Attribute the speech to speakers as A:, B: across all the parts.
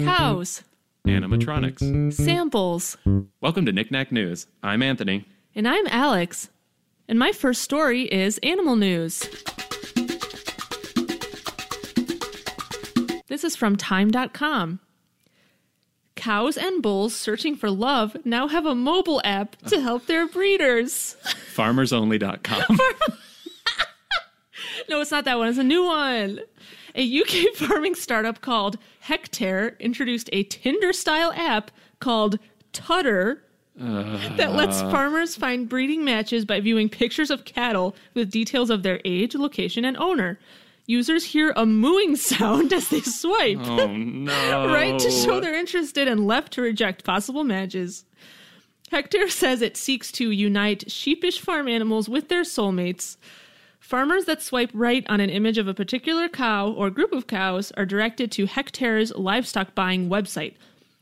A: Cows,
B: Animatronics.
A: samples,
B: Welcome to Knickknack News. I'm Anthony.
A: and I'm Alex. And my first story is animal news. This is from Time.com. Cows and bulls searching for love now have a mobile app to help their breeders.
B: FarmersOnly.com.
A: No, it's not that one. It's a new one. A UK farming startup called Hectare introduced a Tinder style app called Tutter that lets farmers find breeding matches by viewing pictures of cattle with details of their age, location, and owner. Users hear a mooing sound as they swipe
B: oh no!
A: right to
B: Oh.
A: show they're interested and left to reject possible matches. Hector says it seeks to unite sheepish farm animals with their soulmates. Farmers that swipe right on an image of a particular cow or group of cows are directed to Hectare's livestock buying website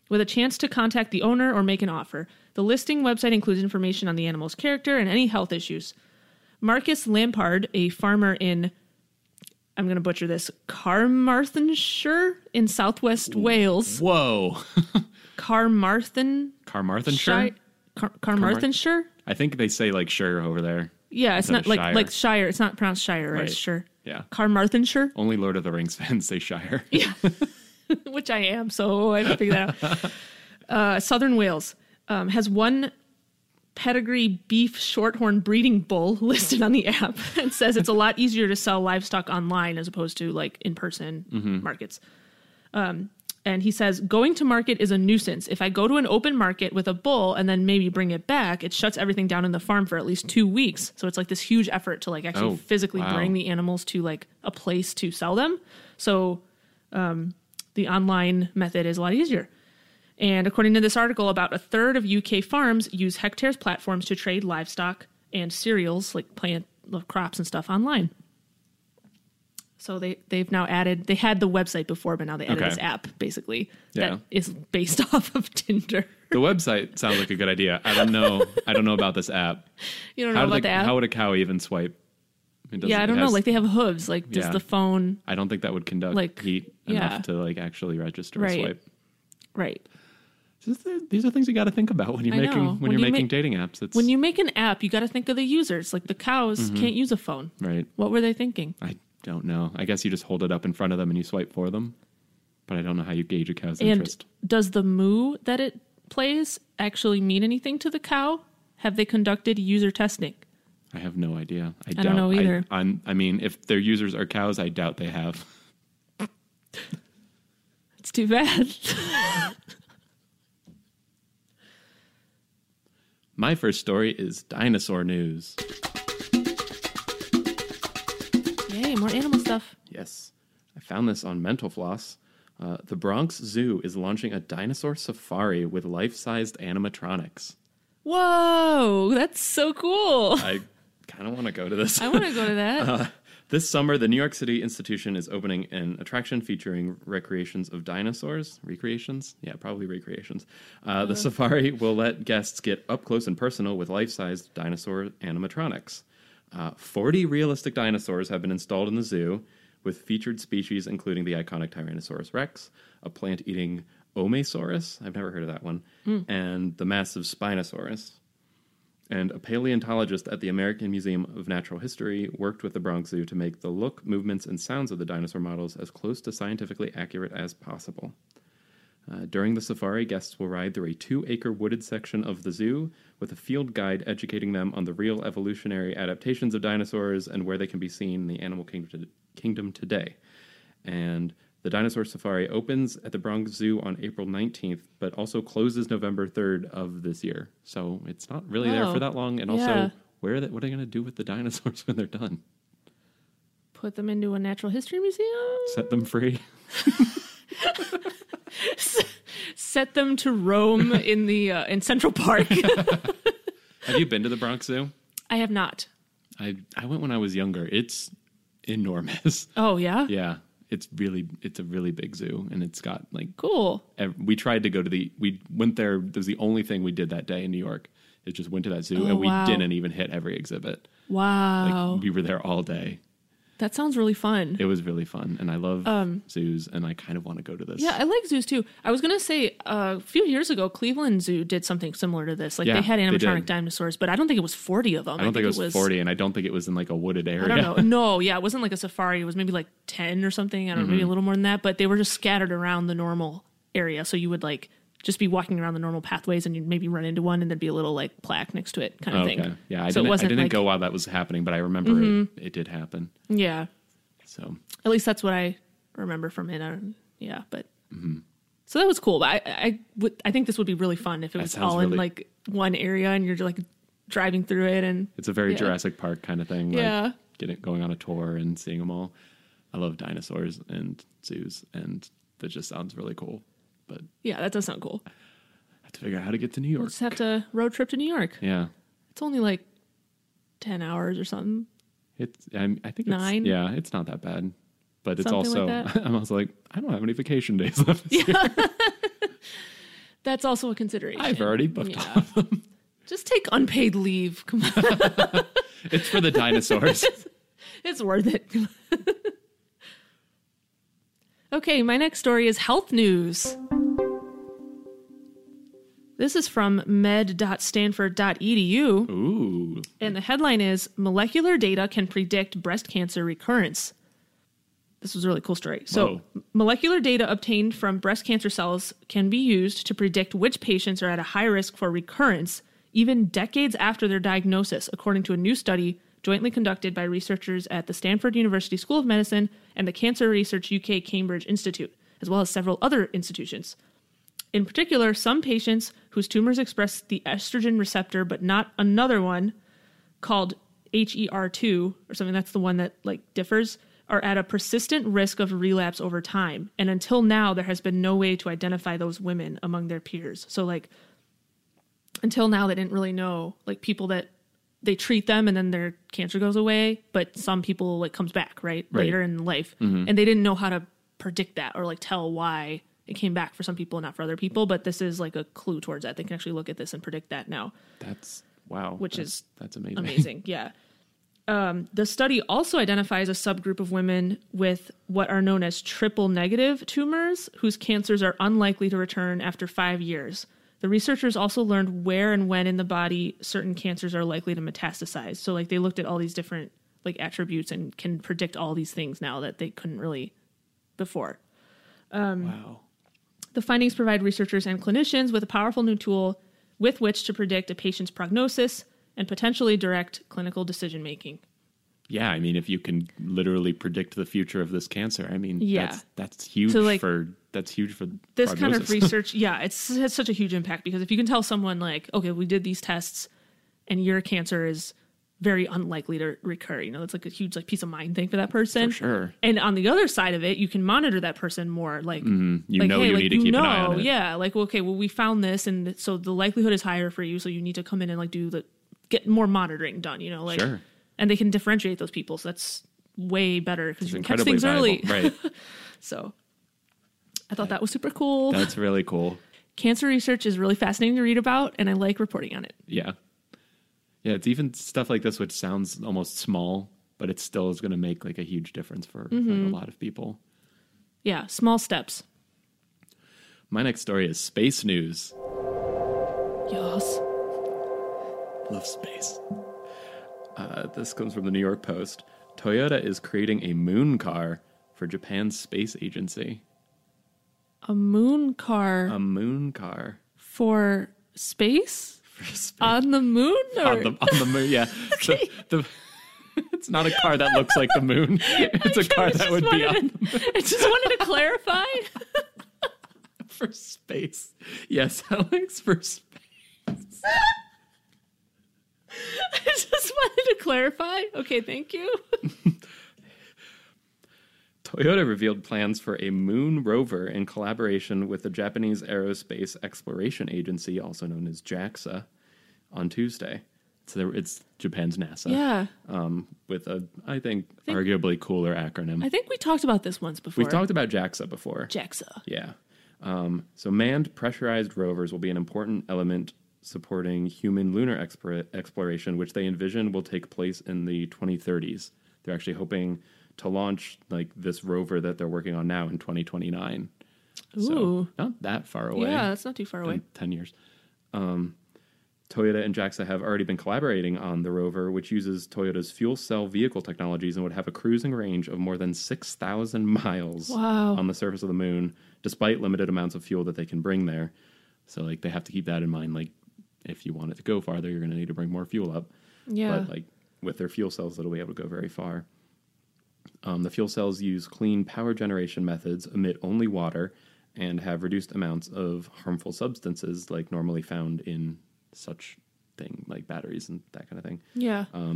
A: with a chance to contact the owner or make an offer. The listing website includes information on the animal's character and any health issues. Marcus Lampard, a farmer in I'm going to butcher this Carmarthenshire in southwest Wales.
B: Whoa,
A: Carmarthen
B: Carmarthenshire.
A: Car- Carmarthenshire?
B: I think they say like sure over there.
A: Yeah, it's
B: Instead
A: not
B: of
A: like
B: shire.
A: like shire. It's not pronounced shire, right?
B: Right.
A: It's sure.
B: Yeah.
A: Carmarthenshire,
B: Only Lord of the Rings fans say Shire.
A: which I am, so I figured that out. Uh, Southern Wales um, has one pedigree beef shorthorn breeding bull listed on the app and says it's a lot easier to sell livestock online as opposed to like in person
B: Mm-hmm.
A: markets. Um, And he says, going to market is a nuisance. If I go to an open market with a bull and then maybe bring it back, it shuts everything down in the farm for at least two weeks. So it's like this huge effort to like actually
B: Oh,
A: physically
B: wow.
A: bring the animals to like a place to sell them. So um, the online method is a lot easier. And according to this article, about a third of UK farms use Hectare's platforms to trade livestock and cereals, like plant crops and stuff online. So they they've now added they had the website before, but now they added
B: Okay.
A: this app basically
B: Yeah.
A: that is based off of Tinder.
B: the website sounds like a good idea. I don't know. I don't know about this app.
A: You don't know
B: How,
A: about
B: do
A: the
B: they,
A: app?
B: how would a cow even swipe? It doesn't-
A: yeah, I
B: it
A: don't know.
B: has-
A: Like they have hooves. Like does
B: Yeah.
A: the phone
B: I don't think that would conduct
A: like,
B: heat
A: yeah.
B: enough to like actually register
A: Right.
B: a swipe.
A: right?
B: This is- these are things you got to think about when you're
A: I
B: making
A: know.
B: when,
A: When
B: you're
A: you
B: making
A: make-
B: dating apps. It's
A: When you make an app, you got to think of the users. Like the cows
B: Mm-hmm.
A: can't use a phone.
B: right.
A: What were they thinking?
B: I don't know. I guess you just hold it up in front of them and you swipe for them. But I don't know how you gauge a cow's interest.
A: And does the moo that it plays actually mean anything to the cow? Have they conducted user testing?
B: I have no idea. I,
A: don't know either.
B: I, am I mean, if their users are cows, I doubt they have.
A: It's too bad.
B: My first story is dinosaur news.
A: Yay, more animal stuff.
B: Yes, I found this on Mental Floss. Uh, the Bronx Zoo is launching a dinosaur safari with life-sized animatronics.
A: Whoa, that's so cool.
B: I kind of want to go to this.
A: I want to go to that.
B: This summer, the New York City Institution is opening an attraction featuring recreations of dinosaurs. Recreations? Yeah, probably recreations. Uh, the safari will let guests get up close and personal with life sized dinosaur animatronics. Uh, 40 realistic dinosaurs have been installed in the zoo, with featured species including the iconic Tyrannosaurus rex, a plant eating Omesaurus, I've never heard of that one, and the massive Spinosaurus. And a paleontologist at the American Museum of Natural History worked with the Bronx Zoo to make the look, movements, and sounds of the dinosaur models as close to scientifically accurate as possible. Uh, during the safari, guests will ride through a two acre wooded section of the zoo with a field guide educating them on the real evolutionary adaptations of dinosaurs and where they can be seen in the animal kingdom, kingdom today. And the dinosaur safari opens at the Bronx Zoo on April 19th, but also closes November 3rd of this year. So it's not really there
A: Wow.
B: for that long. And also,
A: Yeah.
B: where are they, what are they going to do with the dinosaurs when they're done?
A: Put them into a natural history museum.
B: Set them free?
A: Set them to roam in the uh, in Central Park.
B: Have you been to the Bronx Zoo?
A: I have not.
B: I, I went when I was younger. It's enormous.
A: Oh yeah,
B: Yeah, it's really it's a really big zoo, and it's got like
A: cool.
B: ev- we tried to go to the we went there. That was the only thing we did that day in New York It just went to that zoo,
A: Oh,
B: and we
A: wow. Oh.
B: didn't even hit every exhibit. Like,
A: Wow.
B: We were there all day.
A: that sounds really fun.
B: It was really fun, and I love zoos, and I kind of want to go to this.
A: Um, Yeah, I like zoos too. I was gonna say uh, a few years ago, Cleveland Zoo did something similar to this. Like
B: Yeah,
A: they had
B: they did.
A: animatronic dinosaurs, but I don't think it was forty of them.
B: I don't think, it was forty, and I don't think it was in like a wooded area.
A: I don't know. No, yeah, it wasn't like a safari. It was maybe like ten or something. I don't know,
B: Mm-hmm.
A: maybe a little more than that. But they were just scattered around the normal area, so you would like just be walking around the normal pathways, and you'd maybe run into one, and there'd be a little like plaque next to it, kind of
B: Oh, Okay.
A: thing.
B: Yeah, I
A: so
B: didn't,
A: it wasn't
B: I didn't
A: like, Mm-hmm.
B: go while that was happening, but I remember it, it did happen.
A: Yeah,
B: So
A: At least that's what I remember from it. I don't, yeah, but
B: Mm-hmm.
A: so that was cool. But I, I would, I think this would be really fun if it was
B: sounds
A: all in
B: really-
A: like one area and you're like driving through it and
B: it's a very
A: Yeah.
B: Jurassic Park kind of thing. Like
A: Yeah.
B: getting going on a tour and seeing them all. I love dinosaurs and zoos, and that just sounds really cool. But I
A: yeah, that does sound cool.
B: have to figure out how to get to New York.
A: We'll just have to road trip to New York.
B: yeah,
A: It's only like ten hours or something.
B: it's. I'm, I think it's,
A: Nine?
B: Yeah, it's not that bad, but it's
A: Something
B: also.
A: like
B: I'm also like I don't have any vacation days left.
A: That's also a consideration.
B: I've already booked
A: Yeah. Just take unpaid leave. Come on,
B: It's for the dinosaurs.
A: it's worth it. okay, my next story is health news. This is from med.stanford.edu.
B: Ooh,
A: And the headline is Molecular Data Can Predict Breast Cancer Recurrence. This was a really cool story. So,
B: Whoa.
A: molecular data obtained from breast cancer cells can be used to predict which patients are at a high risk for recurrence, even decades after their diagnosis, according to a new study jointly conducted by researchers at the Stanford University School of Medicine and the Cancer Research UK Cambridge Institute, as well as several other institutions. In particular, some patients whose tumors express the estrogen receptor but not another one called HER2 or something that's the one that like differs are at a persistent risk of relapse over time. And until now there has been no way to identify those women among their peers. So like until now they didn't really know like people that they treat them and then their cancer goes away, but some people like comes back, right?
B: Right.
A: Later in life. And they didn't know how to predict that or like tell why it came back for some people and not for other people, but this is like a clue towards that. They can actually look at this and predict that now
B: that's wow.
A: Which
B: that's,
A: is
B: that's amazing.
A: amazing. Yeah. Um, the study also identifies a subgroup of women with what are known as triple negative tumors, whose cancers are unlikely to return after five years. The researchers also learned where and when in the body certain cancers are likely to metastasize. So, like, they looked at all these different like attributes and can predict all these things now that they couldn't really before.
B: Wow.
A: The findings provide researchers and clinicians with a powerful new tool with which to predict a patient's prognosis and potentially direct clinical decision making.
B: Yeah, I mean, if you can literally predict the future of this cancer, I mean,
A: Yeah.
B: that's that's huge
A: So, like,
B: for that's huge for
A: This kind of
B: prognosis.
A: research, yeah, it's has such a huge impact because if you can tell someone like, okay, we did these tests and your cancer is very unlikely to recur, you know, it's like a huge like peace of mind thing for that person.
B: for sure.
A: And on the other side of it, you can monitor that person more like
B: Mm-hmm. You know, you need to keep an eye on it.
A: Yeah, like well, okay, well, we found this, and so the likelihood is higher for you. So you need to come in and like do the get more monitoring done. You know, like
B: Sure.
A: and they can differentiate those people. So that's way better because
B: It's
A: you can catch
B: incredibly
A: things
B: valuable.
A: early.
B: right?
A: So I thought that was super cool.
B: That's really cool.
A: Cancer research is really fascinating to read about, and I like reporting on it.
B: Yeah, yeah. It's even stuff like this, which sounds almost small, but it still is going to make like a huge difference for like,
A: Mm-hmm.
B: a lot of people.
A: Yeah, small steps.
B: My next story is space news.
A: Yes.
B: Love space. Uh, this comes from the New York Post. Toyota is creating a moon car for Japan's space agency.
A: A moon car
B: A moon car.
A: for space
B: For space.
A: on the moon or
B: on the on the moon. Yeah, So the- it's not a car that looks like the moon. It's a car that
A: just
B: would be on
A: wanted to- I just wanted to clarify.
B: for space. Yes, Alex, for space.
A: I just wanted to clarify. Okay, thank you.
B: Uh, Toyota revealed plans for a moon rover in collaboration with the Japanese Aerospace Exploration Agency, also known as JAXA, on Tuesday. So there- it's Japan's NASA.
A: Yeah.
B: Um, with a, I think, arguably cooler acronym.
A: I think we talked about this once before.
B: We've talked about JAXA before.
A: JAXA.
B: Yeah. Um, so manned pressurized rovers will be an important element supporting human lunar expor- exploration, which they envision will take place in the 2030s. They're actually hoping to launch like this rover that they're working on now in 2029. So
A: Ooh.
B: not that far away.
A: Yeah, that's not too far away.
B: Been 10 years. Um, Toyota and JAXA have already been collaborating on the rover, which uses Toyota's fuel cell vehicle technologies and would have a cruising range of more than 6,000 miles
A: Wow.
B: on the surface of the moon, despite limited amounts of fuel that they can bring there. So, like, they have to keep that in mind. Like, if you want it to go farther, you're going to need to bring more fuel up.
A: Yeah.
B: But, like, with their fuel cells, it'll be able to go very far. Um, the fuel cells use clean power generation methods, emit only water, and have reduced amounts of harmful substances like normally found in such thing like batteries and that kind of thing,
A: yeah.
B: uh,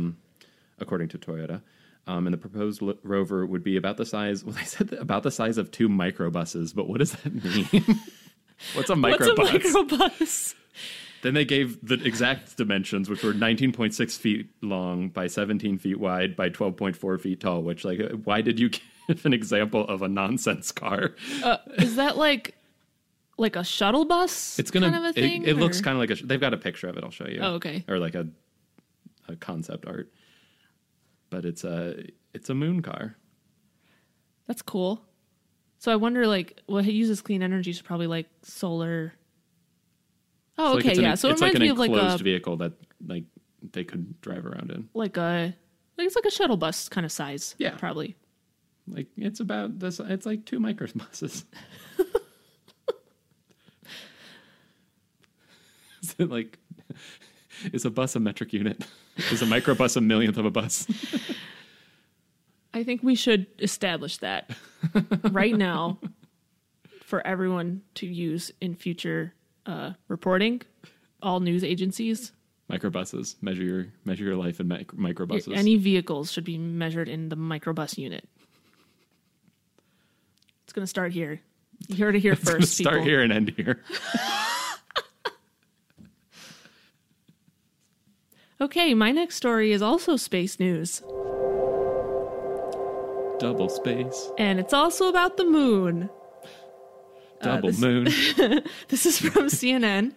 B: according to Toyota. Um, and the proposed lo- rover would be about the size. Well, they said that about the size of two microbuses, but what does that mean? What's a microbus?
A: What's a microbus?
B: Then they gave the exact dimensions, which were 19.6 feet long by 17 feet wide by 12.4 feet tall. Which, like, why did you give an example of a nonsense car?
A: Is that like like a shuttle bus?
B: It's gonna.
A: kind of a
B: it-
A: thing.
B: it looks
A: or-
B: kind of like a. sh- They've got a picture of it. I'll show you.
A: Oh, okay.
B: Or like a, a concept art. But it's a it's a moon car.
A: That's cool. So I wonder, like, well, it uses clean energy, so probably like solar. Oh,
B: It's like
A: okay,
B: it's an
A: yeah.
B: en-
A: so it
B: it's
A: reminds
B: like an
A: me of like
B: enclosed
A: a
B: vehicle that like they could drive around in.
A: like a like it's like a shuttle bus kind of size.
B: Yeah.
A: probably.
B: Like it's about this. It's like two microbuses. Is it like? Is a bus a metric unit? Is a microbus a millionth of a bus?
A: I think we should establish that right now for everyone to use in future uh, reporting. All news agencies,
B: Microbuses measure your measure your life in mic- microbuses.
A: any vehicles should be measured in the microbus unit. It's going to start here. You heard it here
B: It's gonna
A: first.
B: start
A: people.
B: here and end here.
A: Okay, my next story is also space news,
B: Double space,
A: and it's also about the moon. Uh,
B: double moon.
A: This is from CNN,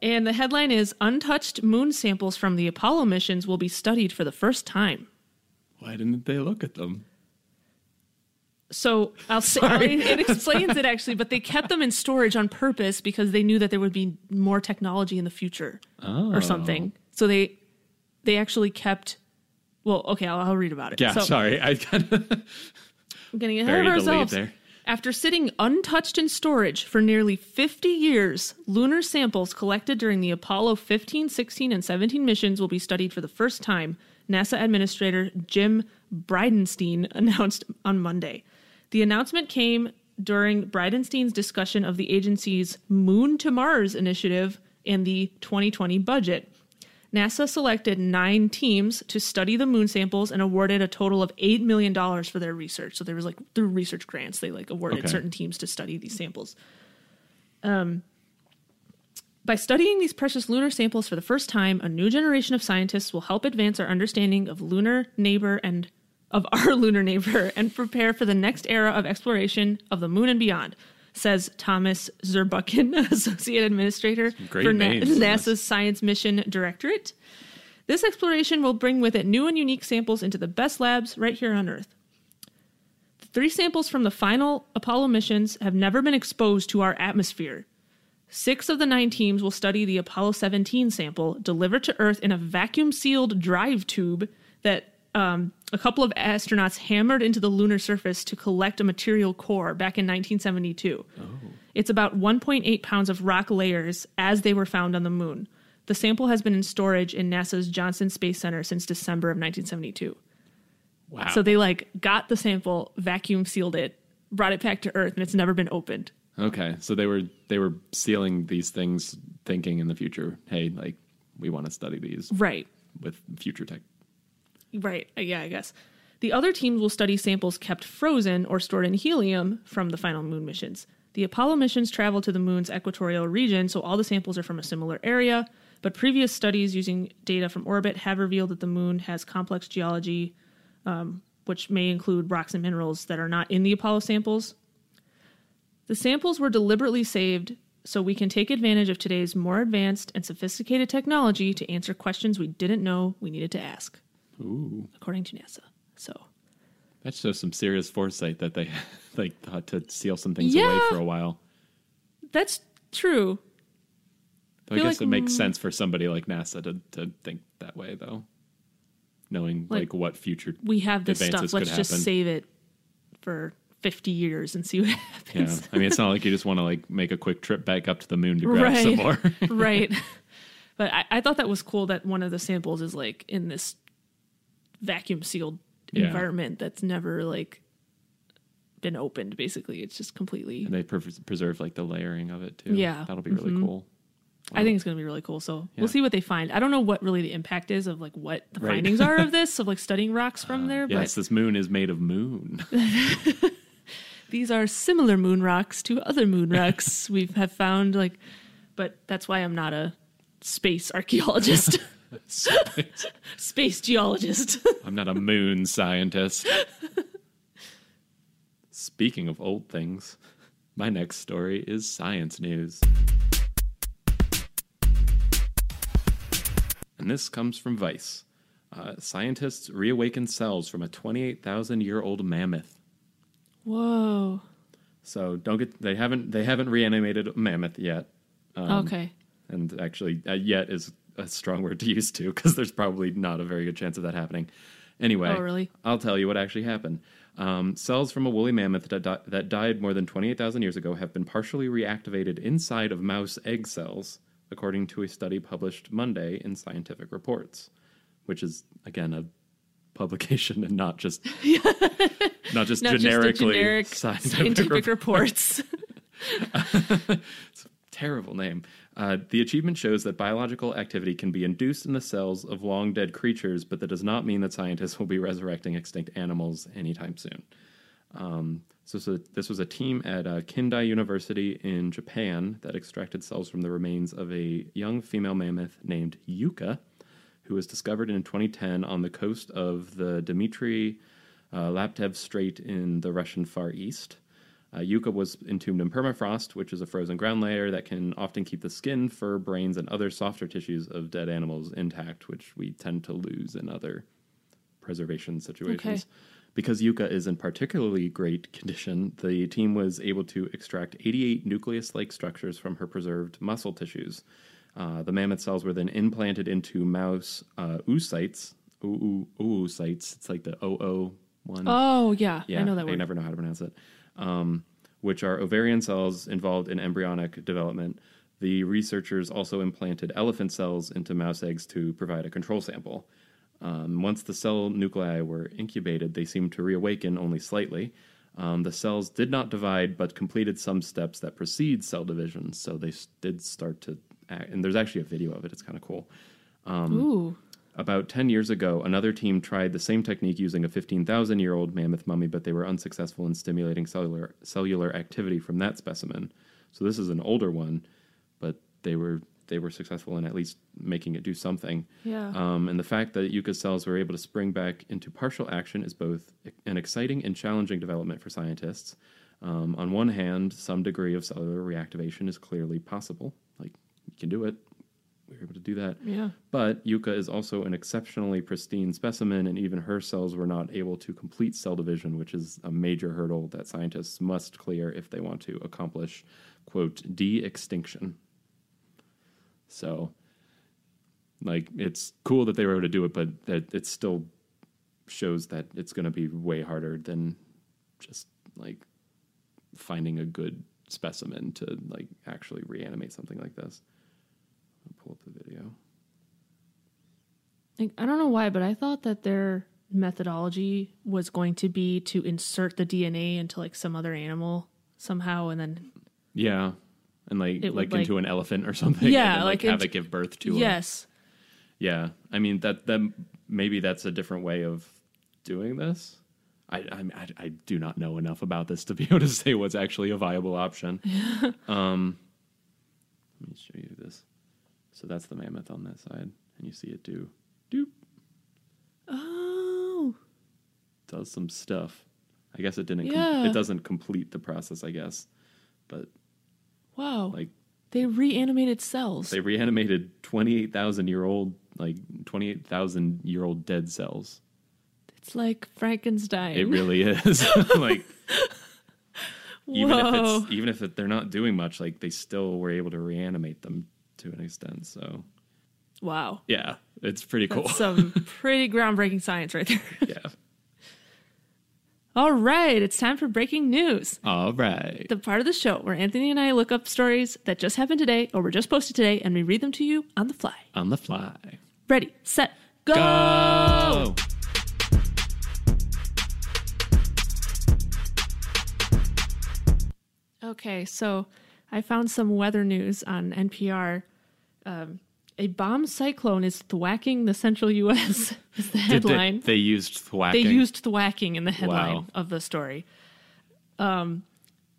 A: and the headline is Untouched moon samples from the Apollo missions will be studied for the first time.
B: Why didn't they look at them?
A: So I'll say it explains it actually, but they kept them in storage on purpose because they knew that there would be more technology in the future
B: Oh.
A: or something. So they they actually kept. Well, okay, I'll, I'll read about it.
B: Yeah,
A: so,
B: sorry. I kind of
A: I'm getting ahead
B: Buried
A: of
B: the lead
A: ourselves.
B: there.
A: After sitting untouched in storage for nearly 50 years, lunar samples collected during the Apollo 15, 16, and 17 missions will be studied for the first time, NASA Administrator Jim Bridenstine announced on Monday. The announcement came during Bridenstine's discussion of the agency's Moon to Mars initiative and the 2020 budget. NASA selected nine teams to study the moon samples and awarded a total of eight million dollars for their research. So there was like through research grants, they like awarded
B: Okay.
A: certain teams to study these samples. Um, by studying these precious lunar samples for the first time, a new generation of scientists will help advance our understanding of lunar neighbor and of our lunar neighbor and prepare for the next era of exploration of the moon and beyond, says Thomas Zurbuchen, associate administrator
B: great
A: for Na-
B: names.
A: NASA's Science Mission Directorate. This exploration will bring with it new and unique samples into the best labs right here on Earth. The three samples from the final Apollo missions have never been exposed to our atmosphere. Six of the nine teams will study the Apollo 17 sample delivered to Earth in a vacuum sealed drive tube that um, a couple of astronauts hammered into the lunar surface to collect a material core back in 1972. It's about 1.8 pounds of rock layers as they were found on the moon. The sample has been in storage in NASA's Johnson Space Center since December of 1972.
B: wow.
A: So they like got the sample, vacuum sealed it, brought it back to Earth, and it's never been opened.
B: okay, so they were they were sealing these things, thinking in the future. Hey, like we want to study these
A: Right.
B: with future tech.
A: Right. Uh, Yeah, I guess. The other teams will study samples kept frozen or stored in helium from the final moon missions. The Apollo missions traveled to the moon's equatorial region, so all the samples are from a similar area, but previous studies using data from orbit have revealed that the moon has complex geology, um, which may include rocks and minerals that are not in the Apollo samples. The samples were deliberately saved so we can take advantage of today's more advanced and sophisticated technology to answer questions we didn't know we needed to ask,
B: Ooh,
A: according to NASA. So,
B: that shows some serious foresight that they like thought to seal some things away
A: Yeah.
B: for a while.
A: that's true.
B: Though I
A: Feel
B: guess
A: like-
B: it makes sense for somebody like NASA to, to think that way, though, knowing
A: Like-
B: like, what future.
A: We have this
B: Advances
A: stuff. Let's
B: could
A: just
B: happen.
A: save it for 50 years and see what
B: Yeah,
A: happens.
B: I mean, it's not like you just want to like make a quick trip back up to the moon to grab some more.
A: Right. right. But I, I thought that was cool that one of the samples is like in this vacuum sealed
B: Yeah.
A: environment that's never like been opened. Basically, it's just completely.
B: and they pres- preserve like the layering of it too.
A: Yeah. Mm-hmm.
B: that'll be really cool.
A: I think it's going to be really cool. So
B: Yeah.
A: we'll see what they find. I don't know what really the impact is of like what the
B: Right. Uh,
A: findings are of this of like studying rocks from there, but
B: Yes, this moon is made of moon.
A: these are similar moon rocks to other moon rocks we have found. Like, but that's why I'm not a space archaeologist, space geologist.
B: I'm not a moon scientist. Speaking of old things, my next story is science news. And this comes from Vice. Uh, scientists reawaken cells from a 28,000 year old mammoth.
A: Whoa.
B: So don't get they haven't they haven't reanimated a mammoth yet.
A: okay.
B: and actually uh, yet is a strong word to use too because there's probably not a very good chance of that happening anyway
A: Oh, really?
B: i'll tell you what actually happened um, cells from a woolly mammoth that, di- that died more than 28000 years ago have been partially reactivated inside of mouse egg cells according to a study published monday in scientific reports which is again a publication and not just not just
A: Not
B: generically
A: just a generic
B: scientific,
A: scientific,
B: report.
A: reports.
B: Terrible name. Uh, the achievement shows that biological activity can be induced in the cells of long dead creatures, but that does not mean that scientists will be resurrecting extinct animals anytime soon. Um, so, so this was a team at uh, Kindai University in Japan that extracted cells from the remains of a young female mammoth named Yuka, who was discovered in 2010 on the coast of the Dmitry uh, Laptev Strait in the Russian Far East. Uh, yucca was entombed in permafrost, which is a frozen ground layer that can often keep the skin, fur, brains, and other softer tissues of dead animals intact, which we tend to lose in other preservation situations. Because yucca is in particularly great condition, the team was able to extract 88 nucleus like structures from her preserved muscle tissues. Uh, the mammoth cells were then implanted into mouse uh, oocytes. Ooh, ooh, oocytes. It's like the OO one.
A: oh yeah.
B: Yeah,
A: I know that
B: they
A: word.
B: never know how to pronounce it. Um, which are ovarian cells involved in embryonic development. The researchers also implanted elephant cells into mouse eggs to provide a control sample. Um, once the cell nuclei were incubated, they seemed to reawaken only slightly. Um, the cells did not divide, but completed some steps that precede cell division. So they s- did start to act. And there's actually a video of it. It's kind of cool.
A: Ooh.
B: About 10 years ago, another team tried the same technique using a 15,000 year old mammoth mummy, but they were unsuccessful in stimulating cellular, cellular activity from that specimen. So this is an older one, but they were they were successful in at least making it do something.
A: Yeah.
B: Um, and the fact that Yucca cells were able to spring back into partial action is both an exciting and challenging development for scientists. Um, on one hand, some degree of cellular reactivation is clearly possible. Like, you can do it. We were able to do that.
A: Yeah.
B: But Yuka is also an exceptionally pristine specimen, and even her cells were not able to complete cell division, which is a major hurdle that scientists must clear if they want to accomplish, quote, de extinction. So, like, it's cool that they were able to do it, but that it still shows that it's going to be way harder than just like finding a good specimen to like actually reanimate something like this. I'll pull up the video.
A: Like, I don't know why, but I thought that their methodology was going to be to insert the DNA into like some other animal somehow, and then
B: Yeah, and like
A: It
B: like
A: would, like-
B: into an elephant or something.
A: Yeah,
B: and then, like,
A: like
B: have
A: into-
B: it give birth to. a-
A: yes,
B: yeah. I mean that that maybe that's a different way of doing this. I, I I I do not know enough about this to be able to say what's actually a viable option. um, let me show you this. So that's the mammoth on that side, and you see it do doop
A: oh
B: does some stuff. I guess it didn't. com-
A: Yeah.
B: it doesn't complete the process. I guess, but
A: wow,
B: like
A: They reanimated cells.
B: They reanimated 28,000 year old, like 28,000 year old dead cells.
A: it's like Frankenstein.
B: It really is. like, even if
A: Whoa.
B: it's even if it, they're not doing much, like they still were able to reanimate them to an extent. So
A: wow.
B: yeah, it's pretty cool.
A: That's some pretty groundbreaking science right there.
B: yeah.
A: All right, it's time for breaking news.
B: All right.
A: The part of the show where Anthony and I look up stories that just happened today or were just posted today and we read them to you on the fly.
B: On the fly. Oh.
A: Ready, set, go!
B: Go.
A: Okay, so I found some weather news on NPR. Um, a bomb cyclone is thwacking the central U.S. is the
B: Did
A: headline.
B: They, they used
A: they
B: thwacking.
A: used thwacking in the headline
B: Wow.
A: of the story. Um,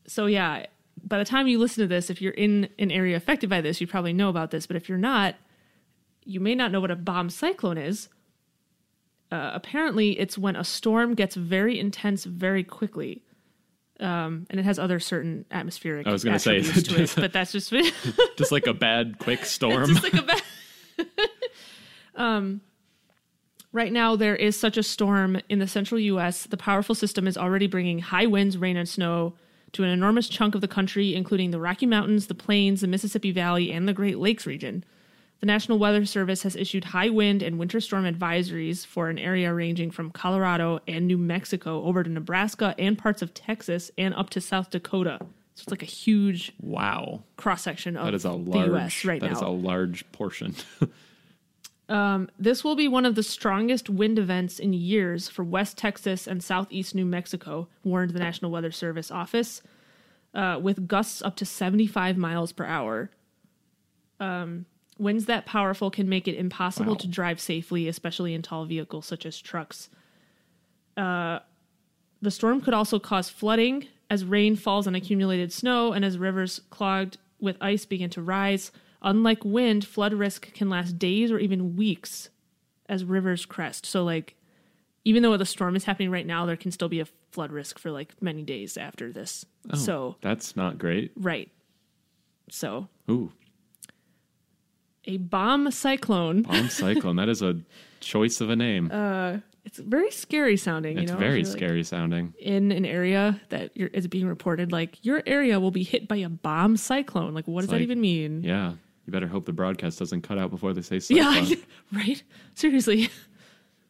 A: so yeah, by the time you listen to this, if you're in an area affected by this, you probably know about this. But if you're not, you may not know what a bomb cyclone is. Uh, apparently, it's when a storm gets very intense very quickly. Um, and it has other certain atmospheric.
B: I was gonna say,
A: attributes to it, but that's just
B: just like a bad quick storm.
A: just like a bad. um, right now, there is such a storm in the central U.S. The powerful system is already bringing high winds, rain, and snow to an enormous chunk of the country, including the Rocky Mountains, the Plains, the Mississippi Valley, and the Great Lakes region. The National Weather Service has issued high wind and winter storm advisories for an area ranging from Colorado and New Mexico over to Nebraska and parts of Texas and up to South Dakota. So it's like a huge
B: wow.
A: cross section of
B: That is a
A: the
B: large
A: U.S. right
B: that
A: now.
B: is a large portion.
A: This will be one of the strongest wind events in years for West Texas and Southeast New Mexico, warned the National Weather Service office, uh, with gusts up to 75 miles per hour. Um, winds that powerful can make it impossible
B: Wow.
A: to drive safely, especially in tall vehicles such as trucks. Uh, the storm could also cause flooding as rain falls on accumulated snow and as rivers clogged with ice begin to rise. Unlike wind, flood risk can last days or even weeks as rivers crest. So like even though the storm is happening right now, there can still be a flood risk for like many days after this.
B: Oh.
A: So
B: that's not great.
A: right. So
B: Ooh,
A: a bomb cyclone.
B: bomb cyclone. that is a choice of a name.
A: It's very scary sounding, you
B: it's
A: know. if
B: very
A: you're, like,
B: scary sounding.
A: in an area that you're, is being reported like your area will be hit by a bomb cyclone. Like what does that
B: like-
A: even mean?
B: Yeah. You better hope the broadcast doesn't cut out before they say
A: Yeah,
B: cyclone.
A: right. Seriously.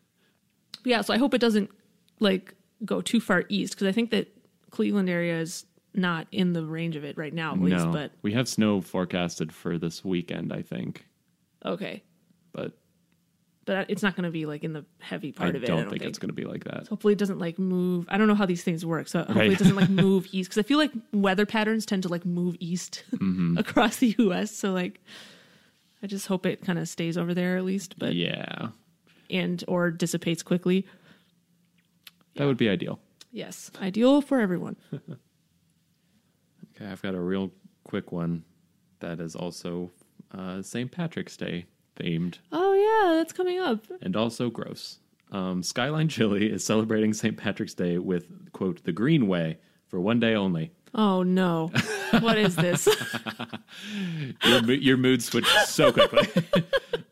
A: yeah, so I hope it doesn't like go too far east because I think that Cleveland area is not in the range of it right now, at least.
B: no.
A: But
B: We have snow forecasted for this weekend, I think.
A: okay,
B: But
A: but it's not going to be like in the heavy part
B: I
A: of it.
B: don't
A: I don't
B: think, it's going to be like that.
A: Hopefully, it doesn't like move. I don't know how these things work, so hopefully
B: Right.
A: it doesn't like move east because I feel like weather patterns tend to like move east
B: Mm-hmm.
A: across the U.S. So like, I just hope it kind of stays over there at least, but
B: yeah.
A: and or dissipates quickly.
B: That would be ideal.
A: Yes, ideal for everyone.
B: Okay, I've got a real quick one that is also uh, St. Patrick's Day themed.
A: Oh yeah, that's coming up.
B: and also gross. Um, Skyline Chili is celebrating St. Patrick's Day with, quote, the green way for one day only.
A: Oh no. what is this?
B: Your, mo- your mood switched so quickly.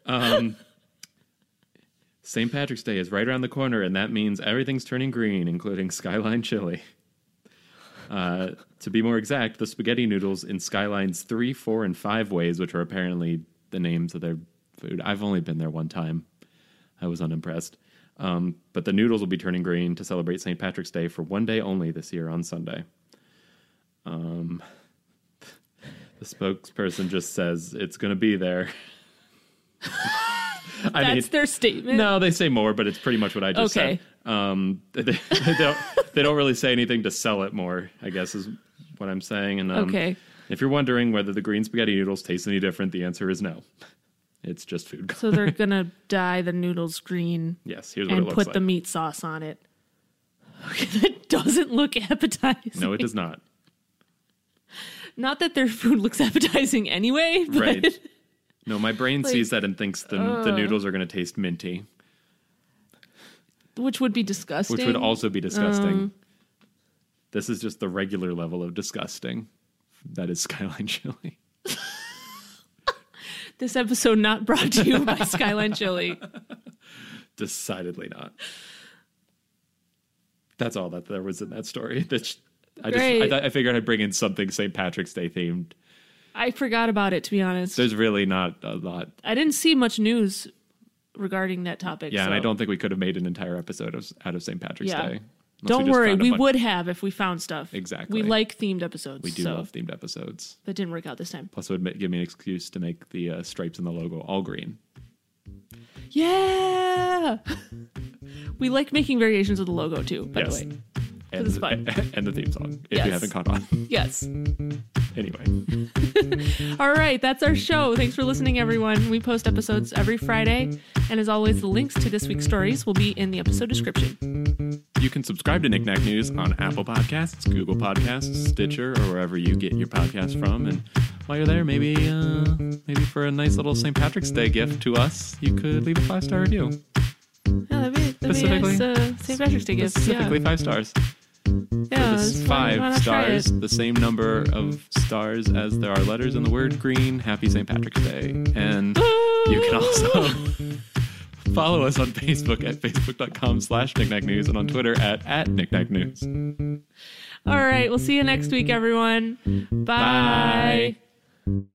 B: um, St. Patrick's Day is right around the corner, and that means everything's turning green, including Skyline Chili. Uh, to be more exact, the spaghetti noodles in Skyline's three, four, and five ways, which are apparently the names of their food. I've only been there one time. I was unimpressed. Um, but the noodles will be turning green to celebrate St. Patrick's Day for one day only this year on Sunday. Um, The spokesperson just says it's going to be there. I
A: That's their statement.
B: no, they say more, but it's pretty much what I just
A: Okay.
B: said. Um, they, they don't they don't really say anything to sell it more. I guess is what I'm saying. And um,
A: Okay.
B: if you're wondering whether the green spaghetti noodles taste any different, the answer is no. It's just food.
A: So they're gonna dye the noodles green
B: yes, here's what it
A: and
B: looks
A: put
B: like.
A: the meat sauce on it. Okay, that doesn't look appetizing.
B: no, it does not.
A: Not that their food looks appetizing anyway, but
B: Right. No, my brain
A: Like, uh,
B: sees that and thinks the, the noodles are going to taste minty,
A: which would be disgusting.
B: which would also be disgusting.
A: um,
B: this is just the regular level of disgusting. That is Skyline Chili.
A: This episode not brought to you by Skyline Chili.
B: Decidedly not. That's all that there was in that story. That sh- I just I,
A: Great.
B: thought- I figured I'd bring in something St. Patrick's Day themed.
A: I forgot about it to be honest.
B: There's really not a lot.
A: I didn't see much news regarding that topic.
B: Yeah, and I
A: so-
B: don't think we could have made an entire episode of, out of St. Patrick's
A: Yeah.
B: Day. Unless
A: Don't
B: just
A: worry,
B: found a
A: we
B: bunch-
A: would have if we found stuff.
B: Exactly.
A: We like themed episodes.
B: We do
A: so
B: love themed episodes.
A: that didn't work out this time.
B: Plus, it would ma- give me an excuse to make the uh, stripes and the logo all green.
A: Yeah. we like making variations of the logo too, by
B: Yes.
A: the way.
B: And,
A: it's fun.
B: and the theme song, if
A: Yes.
B: you haven't caught on.
A: Yes.
B: anyway,
A: All right, that's our show. Thanks for listening, everyone. We post episodes every Friday. And as always, the links to this week's stories will be in the episode description.
B: you can subscribe to Knick Knack News on Apple Podcasts, Google Podcasts, Stitcher, or wherever you get your podcast from. And while you're there, maybe uh, maybe for a nice little St. Patrick's Day gift to us, you could leave a five star review.
A: Yeah, that'd be, that'd be nice,
B: Specifically-
A: uh, St. Patrick's Day gift. Yeah.
B: Specifically, five stars.
A: yeah
B: This
A: that's
B: is
A: fine. Why
B: five
A: not try
B: stars,
A: it?
B: the same number of stars as there are letters in the word green. Happy St. Patrick's Day. And you can also follow us on Facebook at facebook.com slash knickknacknews and on Twitter at, at knickknacknews.
A: All right, we'll see you next week, everyone. Bye.
B: Bye.